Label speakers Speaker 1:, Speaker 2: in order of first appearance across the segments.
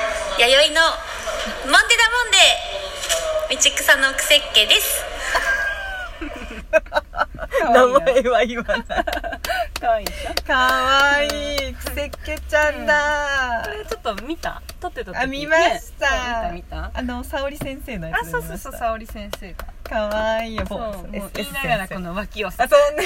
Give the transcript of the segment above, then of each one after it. Speaker 1: いのモンテダモンデ道草のくせっけです
Speaker 2: 名前は言わない
Speaker 3: 可愛いでしょ
Speaker 2: かわいいくせっけちゃんだ
Speaker 3: これちょっと見た撮ってた時
Speaker 2: あ見ました
Speaker 3: ね見た見た
Speaker 2: あの沙織先生のや
Speaker 3: あ
Speaker 2: つ
Speaker 3: そうそうそう
Speaker 2: う
Speaker 3: 沙織先生が
Speaker 2: かわいいよ
Speaker 3: そう
Speaker 2: も
Speaker 3: も
Speaker 2: う
Speaker 3: う
Speaker 2: SS
Speaker 3: 言いながらこの脇を
Speaker 2: あ
Speaker 3: さ
Speaker 2: そんな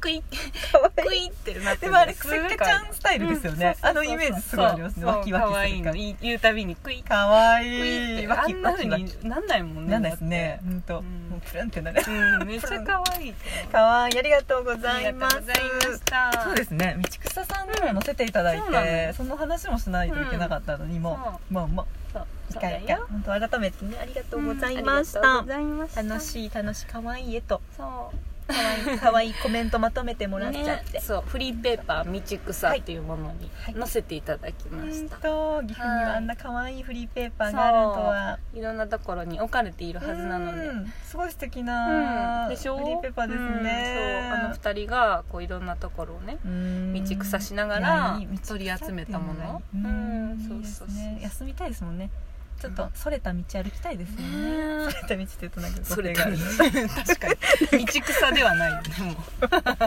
Speaker 3: クイッ
Speaker 2: かわいい
Speaker 3: クイッってなって
Speaker 2: で
Speaker 3: る
Speaker 2: もあれくせっけちゃんスタイルですよね、
Speaker 3: うん
Speaker 2: あのイメージすごいありますね
Speaker 3: そうそう
Speaker 2: わきわき
Speaker 3: 可愛
Speaker 2: す
Speaker 3: い
Speaker 2: る
Speaker 3: の言い言うたびにクイッ
Speaker 2: かわ
Speaker 3: クイッ
Speaker 2: い
Speaker 3: て
Speaker 2: いわ
Speaker 3: あ
Speaker 2: き
Speaker 3: んな
Speaker 2: わ
Speaker 3: 風
Speaker 2: きわき
Speaker 3: になんないもんね
Speaker 2: なんないですねほんと、
Speaker 3: うん
Speaker 2: もうプルンってな る
Speaker 3: だってうんめっちゃ可愛い
Speaker 2: かわいいありがとうご
Speaker 3: あ
Speaker 2: ざ
Speaker 3: り
Speaker 2: い
Speaker 3: がとうご
Speaker 2: ます
Speaker 3: ざいました
Speaker 2: そうですね道草さんにも載せていただい
Speaker 3: うんそうな
Speaker 2: て、
Speaker 3: の
Speaker 2: その話もしないといけなかったのにも、うまあまあ
Speaker 3: そう
Speaker 2: 一
Speaker 3: そうだ
Speaker 2: 回
Speaker 3: よ
Speaker 2: 一回本当改めてねありがとうござい
Speaker 3: うん
Speaker 2: まし
Speaker 3: ありがと
Speaker 2: た、
Speaker 3: うございました
Speaker 2: 楽しい楽しいかわいい絵と
Speaker 3: そう
Speaker 2: かわいいかわいいコメントまとめてもらっちゃって、
Speaker 3: ねそうフリーペーパー道草っていうものに載せていただきまし
Speaker 2: 本
Speaker 3: た、
Speaker 2: 当岐阜にはあんな可愛いフリーペーパーがあるとはい
Speaker 3: ろんなところに置かれているはずなので、
Speaker 2: うんすごい素敵な、
Speaker 3: でしょ
Speaker 2: フリーペーパーですね
Speaker 3: うん、そうあの二人がこういろんなところをね
Speaker 2: うん
Speaker 3: 道草しながら取り集めたもの
Speaker 2: う
Speaker 3: うん
Speaker 2: ん、
Speaker 3: そ
Speaker 2: そうう
Speaker 3: そ
Speaker 2: そう
Speaker 3: そう
Speaker 2: う休みたいですもんねちょっとそれた道歩きたいですよ ね、そ
Speaker 3: ね
Speaker 2: れた道って言うとなんか
Speaker 3: それ
Speaker 2: 語
Speaker 3: だ
Speaker 2: 弊
Speaker 3: ね
Speaker 2: が
Speaker 3: 確かに道草ではないよねも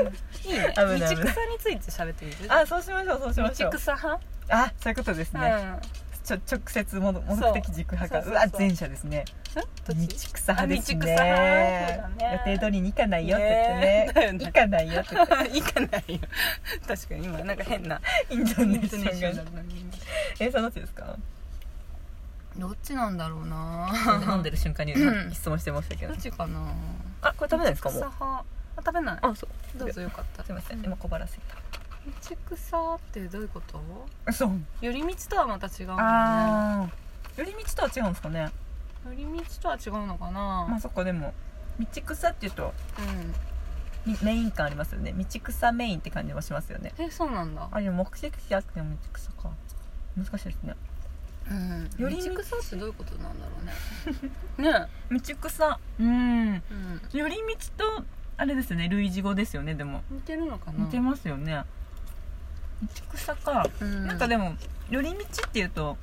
Speaker 3: ういいね
Speaker 2: 危
Speaker 3: 道
Speaker 2: ない
Speaker 3: 草
Speaker 2: 危
Speaker 3: に
Speaker 2: ない
Speaker 3: ついて喋ってみる
Speaker 2: あそうしましょうそうしましょ
Speaker 3: 道
Speaker 2: う
Speaker 3: 草派、
Speaker 2: あそういうことです
Speaker 3: う
Speaker 2: ね、
Speaker 3: ん
Speaker 2: ちょ直接もの目的軸派かう
Speaker 3: そうそうそう
Speaker 2: わ前者ですね道
Speaker 3: どっち
Speaker 2: 草派ですね
Speaker 3: あ道草派そうだね
Speaker 2: 予定通りに行かないよって言ってね
Speaker 3: ねだよね
Speaker 2: 行かないよって言っ
Speaker 3: いかないよ確かに今なんか変な
Speaker 2: てインド
Speaker 3: イン
Speaker 2: ネ
Speaker 3: ト
Speaker 2: シ
Speaker 3: ネーショ
Speaker 2: ア
Speaker 3: ン
Speaker 2: が
Speaker 3: だったね
Speaker 2: えそのちですか
Speaker 3: どっちなんだろうな
Speaker 2: 飲んでる瞬間に
Speaker 3: うん
Speaker 2: 質問してましたけ
Speaker 3: ど
Speaker 2: ど
Speaker 3: っちかな
Speaker 2: あこれ食べないですかもう
Speaker 3: 道草派あ食べない
Speaker 2: あそう
Speaker 3: どうぞよかった
Speaker 2: すいません
Speaker 3: う
Speaker 2: 今小腹すいた
Speaker 3: 道草ってどういうこと
Speaker 2: そう
Speaker 3: 寄り道とはまた違うもんね
Speaker 2: ああ寄り道とは違うんですかね
Speaker 3: 寄り道とは違うのかな、
Speaker 2: まあそっかでも道草っていうとみメイン感ありますよね道草メインって感じもしますよね
Speaker 3: うんえそうなんだ、
Speaker 2: あでも目的地あっても道草か難しいですね
Speaker 3: うん、
Speaker 2: 寄り道
Speaker 3: 道草ってどういうことなんだろ うねね
Speaker 2: 道草うん
Speaker 3: うん
Speaker 2: 寄り道とあれですよね類似語ですよねでも
Speaker 3: 似てるのかな
Speaker 2: 似てますよね道草か、
Speaker 3: うん、
Speaker 2: なんかでも寄り道っていうと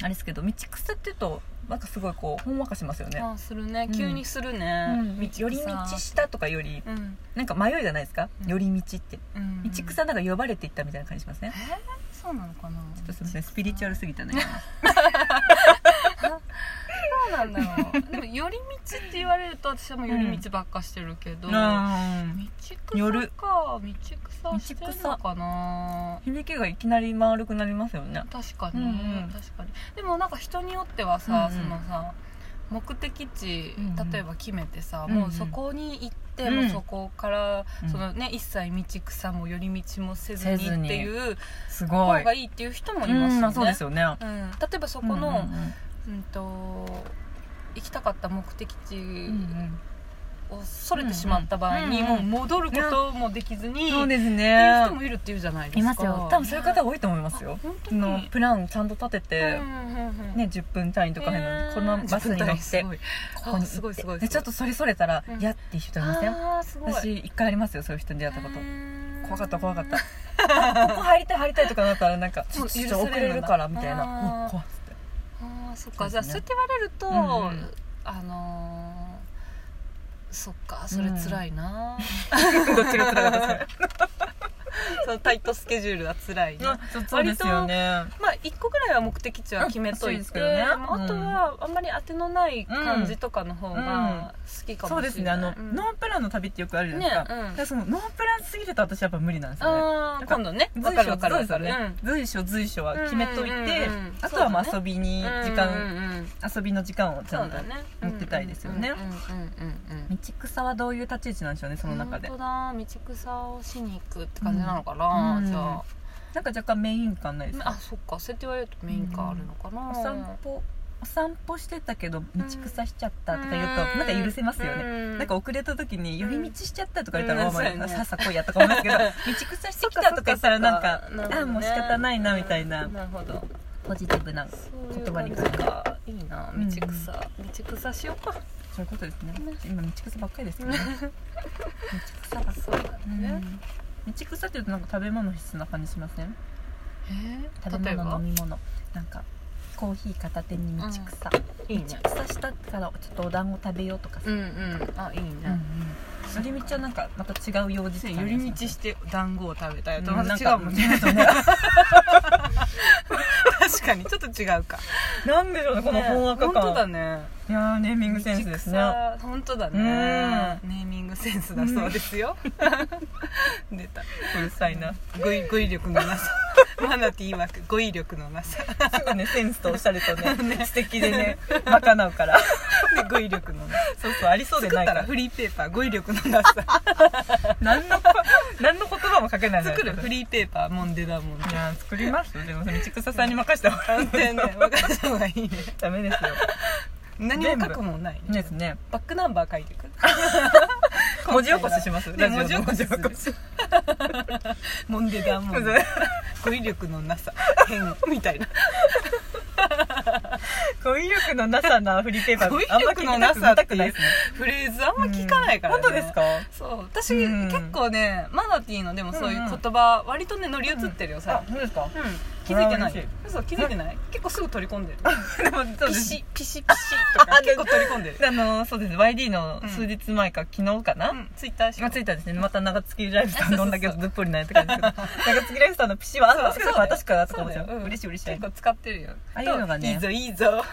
Speaker 2: あれですけど道草っていうとなんかすごいこうほんわかしますよね、
Speaker 3: あするね
Speaker 2: うん
Speaker 3: 急にする
Speaker 2: う
Speaker 3: ね、
Speaker 2: ん、寄り道したとかより
Speaker 3: うん、
Speaker 2: なんか迷いがないですか、
Speaker 3: うん
Speaker 2: 寄り道って
Speaker 3: うん、
Speaker 2: 道草なんか呼ばれていったみたいな感じしますね、
Speaker 3: えー、そうなのかな
Speaker 2: ちょっとすみませんスピリチュアルすぎ たね
Speaker 3: そうなんだろうでも寄り道って言われると私はもう寄り道ばっかしてるけど、道
Speaker 2: うん寄
Speaker 3: 草
Speaker 2: る
Speaker 3: か道草してるのかな
Speaker 2: 響きがいきなり丸くなりますよね
Speaker 3: 確かに、
Speaker 2: うんうん
Speaker 3: 確かにでもなんか人によってはさ、
Speaker 2: うんうん
Speaker 3: そのさ目的地
Speaker 2: うんうん
Speaker 3: 例えば決めてさ、
Speaker 2: うんうん
Speaker 3: もうそこに行って、
Speaker 2: うん
Speaker 3: もうそこから、
Speaker 2: うん
Speaker 3: そのね一切道草も寄り道もせずに
Speaker 2: せずに
Speaker 3: っていう
Speaker 2: す
Speaker 3: 方
Speaker 2: ごい
Speaker 3: がいいっていう人もいま
Speaker 2: うん
Speaker 3: す
Speaker 2: ま
Speaker 3: よね
Speaker 2: あ、そうですよね
Speaker 3: うん例えばそこの、うんと行きたかった目的
Speaker 2: うん
Speaker 3: 地
Speaker 2: うんうん
Speaker 3: をそれてしまった場合に
Speaker 2: うんうん
Speaker 3: もう戻ることもできずに
Speaker 2: そう
Speaker 3: ってい
Speaker 2: で
Speaker 3: う
Speaker 2: すね
Speaker 3: 人もいるっていうじゃないですか
Speaker 2: いますよ多分そういう方
Speaker 3: 多い
Speaker 2: 多いと思いますよ
Speaker 3: 本当
Speaker 2: そ
Speaker 3: に
Speaker 2: のプランちゃんと立てて、ね、10分単位とか入るのに、このバスに乗ってここに
Speaker 3: すご
Speaker 2: 行
Speaker 3: い
Speaker 2: って
Speaker 3: すごい
Speaker 2: でちょっとそれそれたら
Speaker 3: うん
Speaker 2: 嫌っていう人いません
Speaker 3: あーすごい
Speaker 2: 私一回ありますよそういう人に出
Speaker 3: や
Speaker 2: 会ったこと怖かった怖かったあここ入りたい入りたいとかなったらなんかちょ
Speaker 3: もう
Speaker 2: ちょっ
Speaker 3: 許
Speaker 2: と
Speaker 3: される
Speaker 2: 遅
Speaker 3: ん
Speaker 2: れ
Speaker 3: だ
Speaker 2: るからみたいな
Speaker 3: あー
Speaker 2: うん怖っつって
Speaker 3: あーそっかじ
Speaker 2: そ
Speaker 3: ゃ
Speaker 2: う
Speaker 3: あ
Speaker 2: ですね
Speaker 3: そうやって言われると
Speaker 2: うんうん
Speaker 3: あのーそっかそれ辛いな
Speaker 2: どっちが辛かったです
Speaker 3: そのタイトスケジュールは辛いな
Speaker 2: か そうですよね
Speaker 3: まあ1個ぐらいは目的地は決めとい
Speaker 2: うんそうですけ
Speaker 3: て、
Speaker 2: どね
Speaker 3: まああとはあんまり当てのない感じとかの方が好きか
Speaker 2: そう
Speaker 3: もしれない、
Speaker 2: ですねあの、
Speaker 3: うん
Speaker 2: ノープランの旅ってよくあるじゃないですか,、
Speaker 3: ねうん
Speaker 2: だからそのノープランすぎると私やっぱ無理なんですよね
Speaker 3: あー今度ねわ
Speaker 2: 随
Speaker 3: かるわ
Speaker 2: 所
Speaker 3: かるわ
Speaker 2: 随
Speaker 3: か
Speaker 2: 所
Speaker 3: る、
Speaker 2: ね、随所随所は決めといて、
Speaker 3: うんうんうんうん
Speaker 2: あとはまあ
Speaker 3: そうだ
Speaker 2: 遊びに
Speaker 3: うん
Speaker 2: 時
Speaker 3: うん
Speaker 2: 間、
Speaker 3: うんうん
Speaker 2: 遊びの時間をちゃ
Speaker 3: そうん
Speaker 2: と、
Speaker 3: だね
Speaker 2: 持ってたいですよね
Speaker 3: うんうんうんうんう
Speaker 2: 道
Speaker 3: ん
Speaker 2: 草はどういう立ち位置なんでしょうねその中で
Speaker 3: 本当だ道草をしに行くって感じなのかな、
Speaker 2: うん
Speaker 3: じゃ
Speaker 2: なんか若干メイン感ないです
Speaker 3: ああ
Speaker 2: か
Speaker 3: そっかそうやって言われるとメイン感あるのかな、
Speaker 2: お散歩お散歩してたけど道草しちゃったとか言うと
Speaker 3: うん
Speaker 2: なんか許せますよね
Speaker 3: う
Speaker 2: なんか遅れた時に寄り道しちゃったとか言った
Speaker 3: う
Speaker 2: ら
Speaker 3: ん
Speaker 2: お前
Speaker 3: うんそうやね
Speaker 2: さっさ来いやとか思います けど道草してきたとか言ったらなんか
Speaker 3: るほど
Speaker 2: あもう仕方ないなみたいな
Speaker 3: うんなるほど
Speaker 2: ポジティブな
Speaker 3: そういう
Speaker 2: 言葉に
Speaker 3: 感じかいいな道草、道草しよう か
Speaker 2: そういうことですね今道草ばっかりですけどね道草ばっか
Speaker 3: そうだ
Speaker 2: り、
Speaker 3: ね
Speaker 2: うん道草って言うとなんか食べ物必須な感じしません食
Speaker 3: 例
Speaker 2: べ
Speaker 3: え
Speaker 2: 物
Speaker 3: ば
Speaker 2: 飲み物なんかコーヒー片手に道草、
Speaker 3: いいね
Speaker 2: 道草したからちょっとお団子食べようとかさ、
Speaker 3: うんうんあいいね、
Speaker 2: うんうん寄り道はなんかまた違う用事
Speaker 3: そ
Speaker 2: と
Speaker 3: う
Speaker 2: か
Speaker 3: 寄り道
Speaker 2: し
Speaker 3: して団子を食べたいと
Speaker 2: な
Speaker 3: ま
Speaker 2: ん
Speaker 3: た違
Speaker 2: か
Speaker 3: うもん
Speaker 2: ちょ
Speaker 3: ね
Speaker 2: っとね
Speaker 3: 確かにちょっと違うか
Speaker 2: なんでしょうねこのほんわか
Speaker 3: 本
Speaker 2: 感、
Speaker 3: 当だね
Speaker 2: いやーネーミングセンスですね
Speaker 3: 道草本当だね
Speaker 2: うん
Speaker 3: ネーミングセンスだそうですよ 出た
Speaker 2: うるさいな
Speaker 3: 語彙語彙力のなさマナティー曰く語彙力のなさ
Speaker 2: すぐねセンスとおしゃれと ね素敵でねバカなうから
Speaker 3: で語彙力のなさ
Speaker 2: そうそうありそうで
Speaker 3: 作
Speaker 2: な
Speaker 3: っ
Speaker 2: い
Speaker 3: た
Speaker 2: からら
Speaker 3: フリーペーパー語彙力のなさ
Speaker 2: 何の何の言葉も書けないのよ
Speaker 3: 作るフリーペーパーもんでだもんね
Speaker 2: いやー作りますでもその道草さんに任せたら
Speaker 3: 完全ね分かった方がいいね
Speaker 2: ダメですよ
Speaker 3: 何も書くもんない
Speaker 2: いいですね
Speaker 3: バックナンバー書いてく
Speaker 2: 文字起こしします
Speaker 3: ね
Speaker 2: ラジオ
Speaker 3: 文字
Speaker 2: の
Speaker 3: 起こし もんでだもんね語彙力のなさ変みたいな
Speaker 2: 語彙力のなさなフリーペーパー
Speaker 3: 語彙
Speaker 2: あんま
Speaker 3: 力の
Speaker 2: 聞
Speaker 3: な
Speaker 2: な
Speaker 3: さ
Speaker 2: さ
Speaker 3: っ
Speaker 2: ってて
Speaker 3: い
Speaker 2: いうう
Speaker 3: フレーズあんま聞かないから、ね
Speaker 2: 本当ですか
Speaker 3: そう私、
Speaker 2: うん
Speaker 3: 結構ねマナティーのでもそういう言葉、割とね乗り移ってるよさ、
Speaker 2: そうですか
Speaker 3: うん気づいてな
Speaker 2: あー嬉し
Speaker 3: い
Speaker 2: い
Speaker 3: 嘘気づいてない結構すぐ取り込 んでる
Speaker 2: でもそうで
Speaker 3: ピシ
Speaker 2: す
Speaker 3: ピシピシと か結構取り込んでる、
Speaker 2: あのそうです YD の数日前か昨日かな、
Speaker 3: うん、ツイッターし
Speaker 2: 今つ
Speaker 3: イ
Speaker 2: いたですねまた長月ライフさ
Speaker 3: そうんそうそう
Speaker 2: どんだけずっぽりなんやって感じですけど長月ライフさんのピシはあもしかしたら私からだとか思っちゃう嬉しい嬉しい
Speaker 3: 結構使ってるよ
Speaker 2: ああいうのがね
Speaker 3: いいぞいいぞ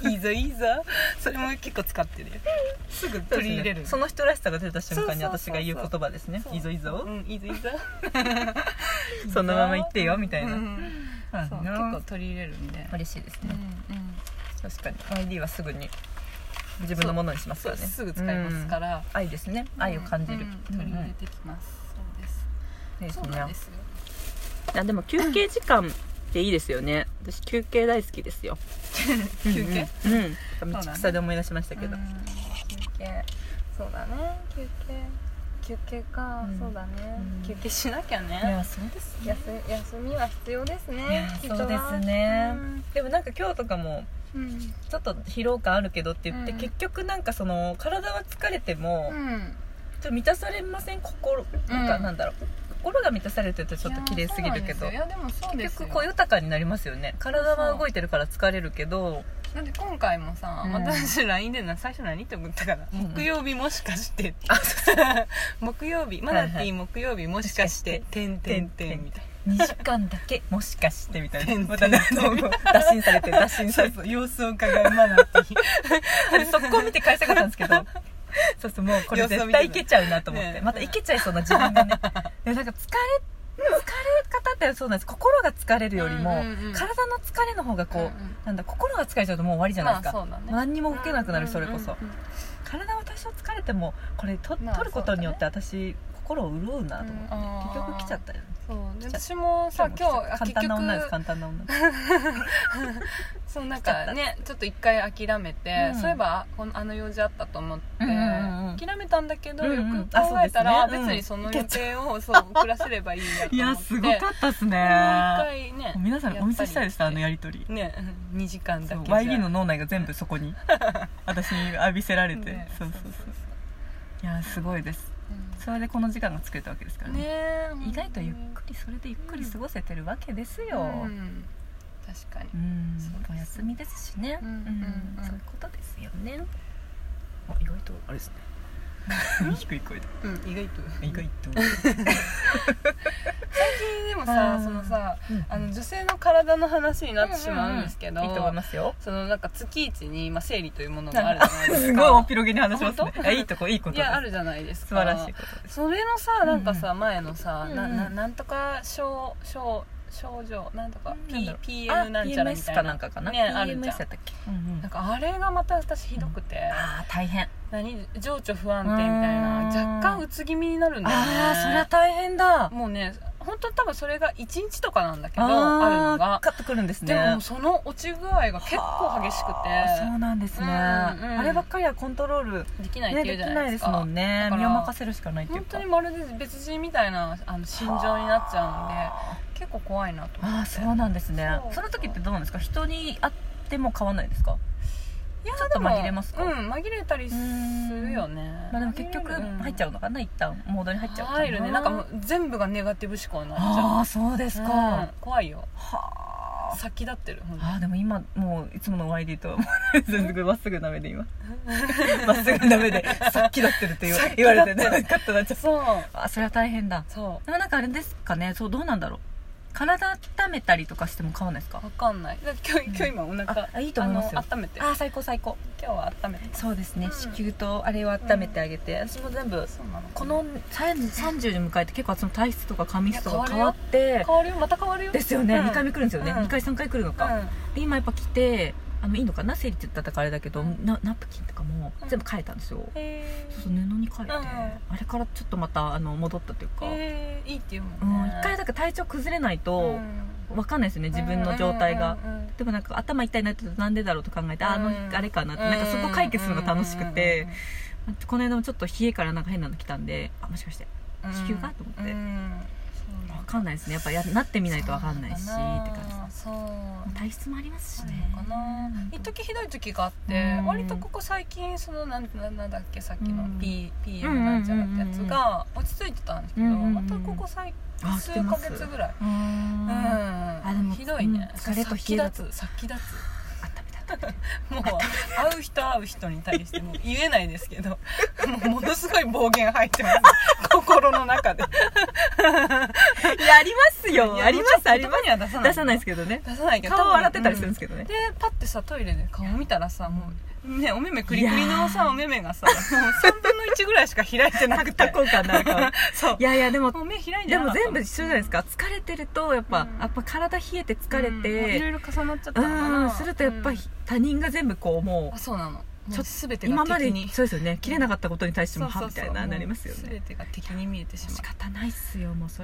Speaker 3: いいぞいいぞそれも結構使ってるよすぐ取り入れる
Speaker 2: その人らしさが出た瞬間に
Speaker 3: そうそうそ
Speaker 2: 私
Speaker 3: うそう
Speaker 2: が言う言葉ですね
Speaker 3: そう
Speaker 2: いいぞいいぞ
Speaker 3: うんいいぞいいぞ
Speaker 2: そのまま言ってよみたいな、
Speaker 3: うん
Speaker 2: あ
Speaker 3: そう
Speaker 2: の
Speaker 3: 結構取り入れるんで、
Speaker 2: 嬉しいです
Speaker 3: うんう
Speaker 2: ね、
Speaker 3: ん
Speaker 2: 確かに ID はすぐに自分のものにします
Speaker 3: そ
Speaker 2: か
Speaker 3: う
Speaker 2: らね
Speaker 3: すぐ使いますか
Speaker 2: うん
Speaker 3: ら、
Speaker 2: 愛ですね愛を感じる、
Speaker 3: うん
Speaker 2: うん
Speaker 3: 取
Speaker 2: うん
Speaker 3: り入れてきます、
Speaker 2: いいです
Speaker 3: そう
Speaker 2: ね
Speaker 3: ですそうなんですよ
Speaker 2: あでも休憩時間っていいですよね私休憩大好きですよ
Speaker 3: 休憩
Speaker 2: うん、うんうん、道草で思い出しましたけど、
Speaker 3: うん休憩そうだね休憩休憩か、
Speaker 2: うん
Speaker 3: そうだね、
Speaker 2: うん
Speaker 3: 休憩しなきゃね、
Speaker 2: そうです
Speaker 3: 休休みは必要です
Speaker 2: いや
Speaker 3: ね人は
Speaker 2: そうですねでもなんか今日とかも
Speaker 3: うんうん
Speaker 2: ちょっと疲労感あるけどって言って、
Speaker 3: うん
Speaker 2: 結局なんかその体は疲れても、ちょ
Speaker 3: うん
Speaker 2: っと満たされません心なんかなんだろう、心が満たされてるとちょっと綺麗すぎるけど
Speaker 3: いやそうなんですよいやでもそうです
Speaker 2: 結
Speaker 3: よ
Speaker 2: 局こう豊かになりますよね体は動いてるから疲れるけど
Speaker 3: だって今回もさ、
Speaker 2: うん
Speaker 3: 私 LINE でな最初何って思ったから、
Speaker 2: うん
Speaker 3: 木曜日もしかしてって木曜日マナティー木曜日もしかしててんてんてんみたい
Speaker 2: 2時間だけもしかしてみたいな
Speaker 3: ま
Speaker 2: ま
Speaker 3: た
Speaker 2: た
Speaker 3: ね
Speaker 2: ね打診されて打診
Speaker 3: な
Speaker 2: されて
Speaker 3: そう様子を伺うマナティー
Speaker 2: 速攻見て返したかったんですけどそうそうもうこれ絶対いけちゃうなと思って、
Speaker 3: ね
Speaker 2: またいけちゃいそうな自分がねでもなんか疲れ疲れ方ってそうなんです心が疲れるよりも、
Speaker 3: うんうんうん
Speaker 2: 体の疲れの方がこう、
Speaker 3: うんうん
Speaker 2: なんだ心が疲れちゃうともう終わりじゃないですか、
Speaker 3: まあそうだね
Speaker 2: 何にも受けなくなるそれこそ、
Speaker 3: うんうんうん
Speaker 2: 体は多少疲れてもこれと、
Speaker 3: まあ
Speaker 2: 取ることによって私心を潤うなと思って、
Speaker 3: うんあー
Speaker 2: 結局来ちゃったよね
Speaker 3: そうで私もさ今日あ
Speaker 2: 簡単な女です
Speaker 3: 結局
Speaker 2: 簡単な 女です
Speaker 3: そうなんかねちょっと一回諦めて、
Speaker 2: うん
Speaker 3: そういえばこのあの用事あったと思って、
Speaker 2: うんうんうんうん
Speaker 3: 諦めたんだけど、
Speaker 2: うんうん
Speaker 3: よく考えたら、
Speaker 2: あそうですねうん
Speaker 3: 別にその予定をそう遅らせればいいやと思って
Speaker 2: ったっすね
Speaker 3: もう一回ね
Speaker 2: 皆さんお見せしたいですあのや
Speaker 3: り
Speaker 2: り取り
Speaker 3: ね2時 間だ
Speaker 2: そう
Speaker 3: け
Speaker 2: YD の脳内が全部そこに 私に浴びせられて、
Speaker 3: ね
Speaker 2: そうそうそういやーすごいです
Speaker 3: う
Speaker 2: それでこの時間が作れたわけですから
Speaker 3: ん
Speaker 2: ね
Speaker 3: ねえ
Speaker 2: 意外とゆっくりそれでゆっくり過ごせてるわけです
Speaker 3: う
Speaker 2: よ、うん
Speaker 3: ん確かにそうです
Speaker 2: お休みですしね、
Speaker 3: うんうんうん
Speaker 2: そういうことですよねあ意外とあれですね 低い声で
Speaker 3: うん意外と
Speaker 2: 意外と
Speaker 3: 最近でもさ
Speaker 2: うん
Speaker 3: そのさ
Speaker 2: うん
Speaker 3: あの女性の体の話になってしまうんですけど、
Speaker 2: いいと思いますよ
Speaker 3: そのなんか月一に、まあ、生理というものがあるじゃないですか
Speaker 2: すごいお広げに話します
Speaker 3: 本
Speaker 2: ねえいいとこいいこと
Speaker 3: い
Speaker 2: です
Speaker 3: やあるじゃないですか
Speaker 2: 素晴らしいことです
Speaker 3: それのさなんかさ、前のさ、な
Speaker 2: うんうん
Speaker 3: ななんとか症症症状なんとか、
Speaker 2: なんだろう
Speaker 3: P
Speaker 2: あ
Speaker 3: PM なんちゃらみ
Speaker 2: PMS
Speaker 3: たい
Speaker 2: か
Speaker 3: な
Speaker 2: なんかかな、
Speaker 3: ねあるじ
Speaker 2: PMS
Speaker 3: ゃ
Speaker 2: や
Speaker 3: ん
Speaker 2: ったっけ、
Speaker 3: なんかあれがまた私ひどくて、
Speaker 2: ああ大変
Speaker 3: 何情緒不安定みたいな
Speaker 2: うん
Speaker 3: 若干うつ気味になるんだよね
Speaker 2: ああそりゃ大変だ
Speaker 3: もうね本当に多分それが1日とかなんだけどある
Speaker 2: あ
Speaker 3: のが
Speaker 2: カッとくるんです
Speaker 3: で
Speaker 2: ね
Speaker 3: もその落ち具合が結構激しく
Speaker 2: はあそう
Speaker 3: て
Speaker 2: なんですね、
Speaker 3: うんうん
Speaker 2: あればっかりはコントロール、
Speaker 3: できないっ
Speaker 2: ね、
Speaker 3: てい
Speaker 2: で
Speaker 3: う
Speaker 2: き
Speaker 3: じゃ
Speaker 2: な
Speaker 3: な
Speaker 2: いい
Speaker 3: で
Speaker 2: ですす
Speaker 3: か
Speaker 2: もんね
Speaker 3: だから
Speaker 2: 身を任せるしかないっていう
Speaker 3: 本
Speaker 2: か
Speaker 3: 当にまるで別人みたいなあの心情になっちゃうんで結構怖いなと思って
Speaker 2: ああそうなんですね
Speaker 3: そう
Speaker 2: その時ってどうなんですか人に会っても買わないですか
Speaker 3: いや
Speaker 2: ちょっと
Speaker 3: でも
Speaker 2: 紛れますか
Speaker 3: うん紛れたりするよね
Speaker 2: まあでも結局入っちゃうのかな一旦モードに入っちゃうか
Speaker 3: 入るねなんかもう全部がネガティブ思考になっち
Speaker 2: あ
Speaker 3: ゃ
Speaker 2: あそうです
Speaker 3: う
Speaker 2: か、
Speaker 3: うん
Speaker 2: は
Speaker 3: 怖いよ
Speaker 2: あ
Speaker 3: 先立ってるほんと
Speaker 2: あーでも今もういつものワイディとはもう全然まっすぐな目で 今まっすぐな目でさっきだってるって言わ言われてねカッとなっちゃう
Speaker 3: そう
Speaker 2: あそれは大変だ
Speaker 3: そ
Speaker 2: でもなんかあれですかねそうどうなんだろう体温めたりとかしても変わんないですか
Speaker 3: うわかんないだって今日今日今お腹
Speaker 2: あいいと思いますよ
Speaker 3: あの温めて
Speaker 2: ー最高最高
Speaker 3: 今日は温めて
Speaker 2: そうですね、
Speaker 3: うん
Speaker 2: 子宮とあれを温めてあげて、私も全部
Speaker 3: そうなの
Speaker 2: この30に迎えて結構その体質とか髪質とか
Speaker 3: いや
Speaker 2: 変
Speaker 3: 変
Speaker 2: わ
Speaker 3: わ
Speaker 2: って
Speaker 3: 変わるよまた変わるよ
Speaker 2: ですよね、
Speaker 3: うん
Speaker 2: 二2回目来るんですよね、
Speaker 3: うん
Speaker 2: 二2回3回来るの
Speaker 3: う
Speaker 2: か、
Speaker 3: ん
Speaker 2: で今やっぱ来てあのいいのかな生理って言ったらあれだけど、
Speaker 3: うん
Speaker 2: なナプキンとかも
Speaker 3: うん
Speaker 2: 全部変えたんですよ、
Speaker 3: へ
Speaker 2: そうそう布に変えて、
Speaker 3: うん
Speaker 2: あれからちょっとまたあの戻ったという
Speaker 3: ー
Speaker 2: か、
Speaker 3: へーいいっていうも
Speaker 2: うんん、
Speaker 3: ね
Speaker 2: 1回だから体調崩れないと
Speaker 3: うん
Speaker 2: 分かんないですよね自分の状態が、
Speaker 3: うんうんうんうん
Speaker 2: でもなんか頭痛いなってなんでだろうと考えて、ああの
Speaker 3: うん
Speaker 2: あれかなってなんかそこ解決するのが楽しくて、この間もちょっと冷えからなんか変なの来たんであもしかして
Speaker 3: うんうんうんうん
Speaker 2: 子宮がと思って
Speaker 3: うん
Speaker 2: 分かんないですねやっぱやなってみないと分かんないしって感
Speaker 3: じそう
Speaker 2: じ体質もありますし
Speaker 3: そう
Speaker 2: ね
Speaker 3: なのかな一時ひどい時があって
Speaker 2: うん
Speaker 3: 割とここ最近そのなんなんなんだっけさっきの
Speaker 2: うん
Speaker 3: P- PM なんちゃらってやつが落ち着いてたんですけど
Speaker 2: うんうんうん
Speaker 3: またここ最
Speaker 2: あ知
Speaker 3: 数
Speaker 2: って
Speaker 3: ヶ
Speaker 2: ます
Speaker 3: 月ぐらいうん
Speaker 2: あでも
Speaker 3: ひどいね
Speaker 2: うん疲れと冷えだと
Speaker 3: 先立つ先立つ
Speaker 2: っためた
Speaker 3: もう会う人会う人に対してもう言えないですけども うものすごい暴言入ってます心の中で
Speaker 2: い やありますよ
Speaker 3: い や
Speaker 2: ありますあり
Speaker 3: 言
Speaker 2: ま
Speaker 3: 葉には出さ
Speaker 2: す
Speaker 3: ない
Speaker 2: 出さないですけどね
Speaker 3: 出さないけど
Speaker 2: 顔洗ってたりするんですすけどね
Speaker 3: でパッてさトイレで顔見たらさもうねお目目クリクリの
Speaker 2: いや
Speaker 3: さ
Speaker 2: ー
Speaker 3: お目目がさもう3分の1ぐらいしか開いてなく
Speaker 2: タ
Speaker 3: て
Speaker 2: コ感なる から
Speaker 3: そう
Speaker 2: いやいやでも
Speaker 3: もう目開いて
Speaker 2: で
Speaker 3: なか
Speaker 2: も
Speaker 3: った
Speaker 2: 全部一緒じゃないですか疲れてるとやっぱ
Speaker 3: うん
Speaker 2: やっぱ体冷えて疲れ
Speaker 3: うんいろ
Speaker 2: て
Speaker 3: いろ重なっちゃった
Speaker 2: う
Speaker 3: のか
Speaker 2: ん
Speaker 3: な
Speaker 2: するとやっぱ
Speaker 3: うん
Speaker 2: り他人が全部こうも
Speaker 3: あ
Speaker 2: う
Speaker 3: そうなのもう
Speaker 2: ちょっと
Speaker 3: 全て
Speaker 2: 今
Speaker 3: が
Speaker 2: まで
Speaker 3: 敵
Speaker 2: に
Speaker 3: に
Speaker 2: そうですよね切れなかったことに対してもはみたいな
Speaker 3: そうそうそう
Speaker 2: なりますよね
Speaker 3: 全てが敵に見えてしまう
Speaker 2: 仕方ないっすよもうそ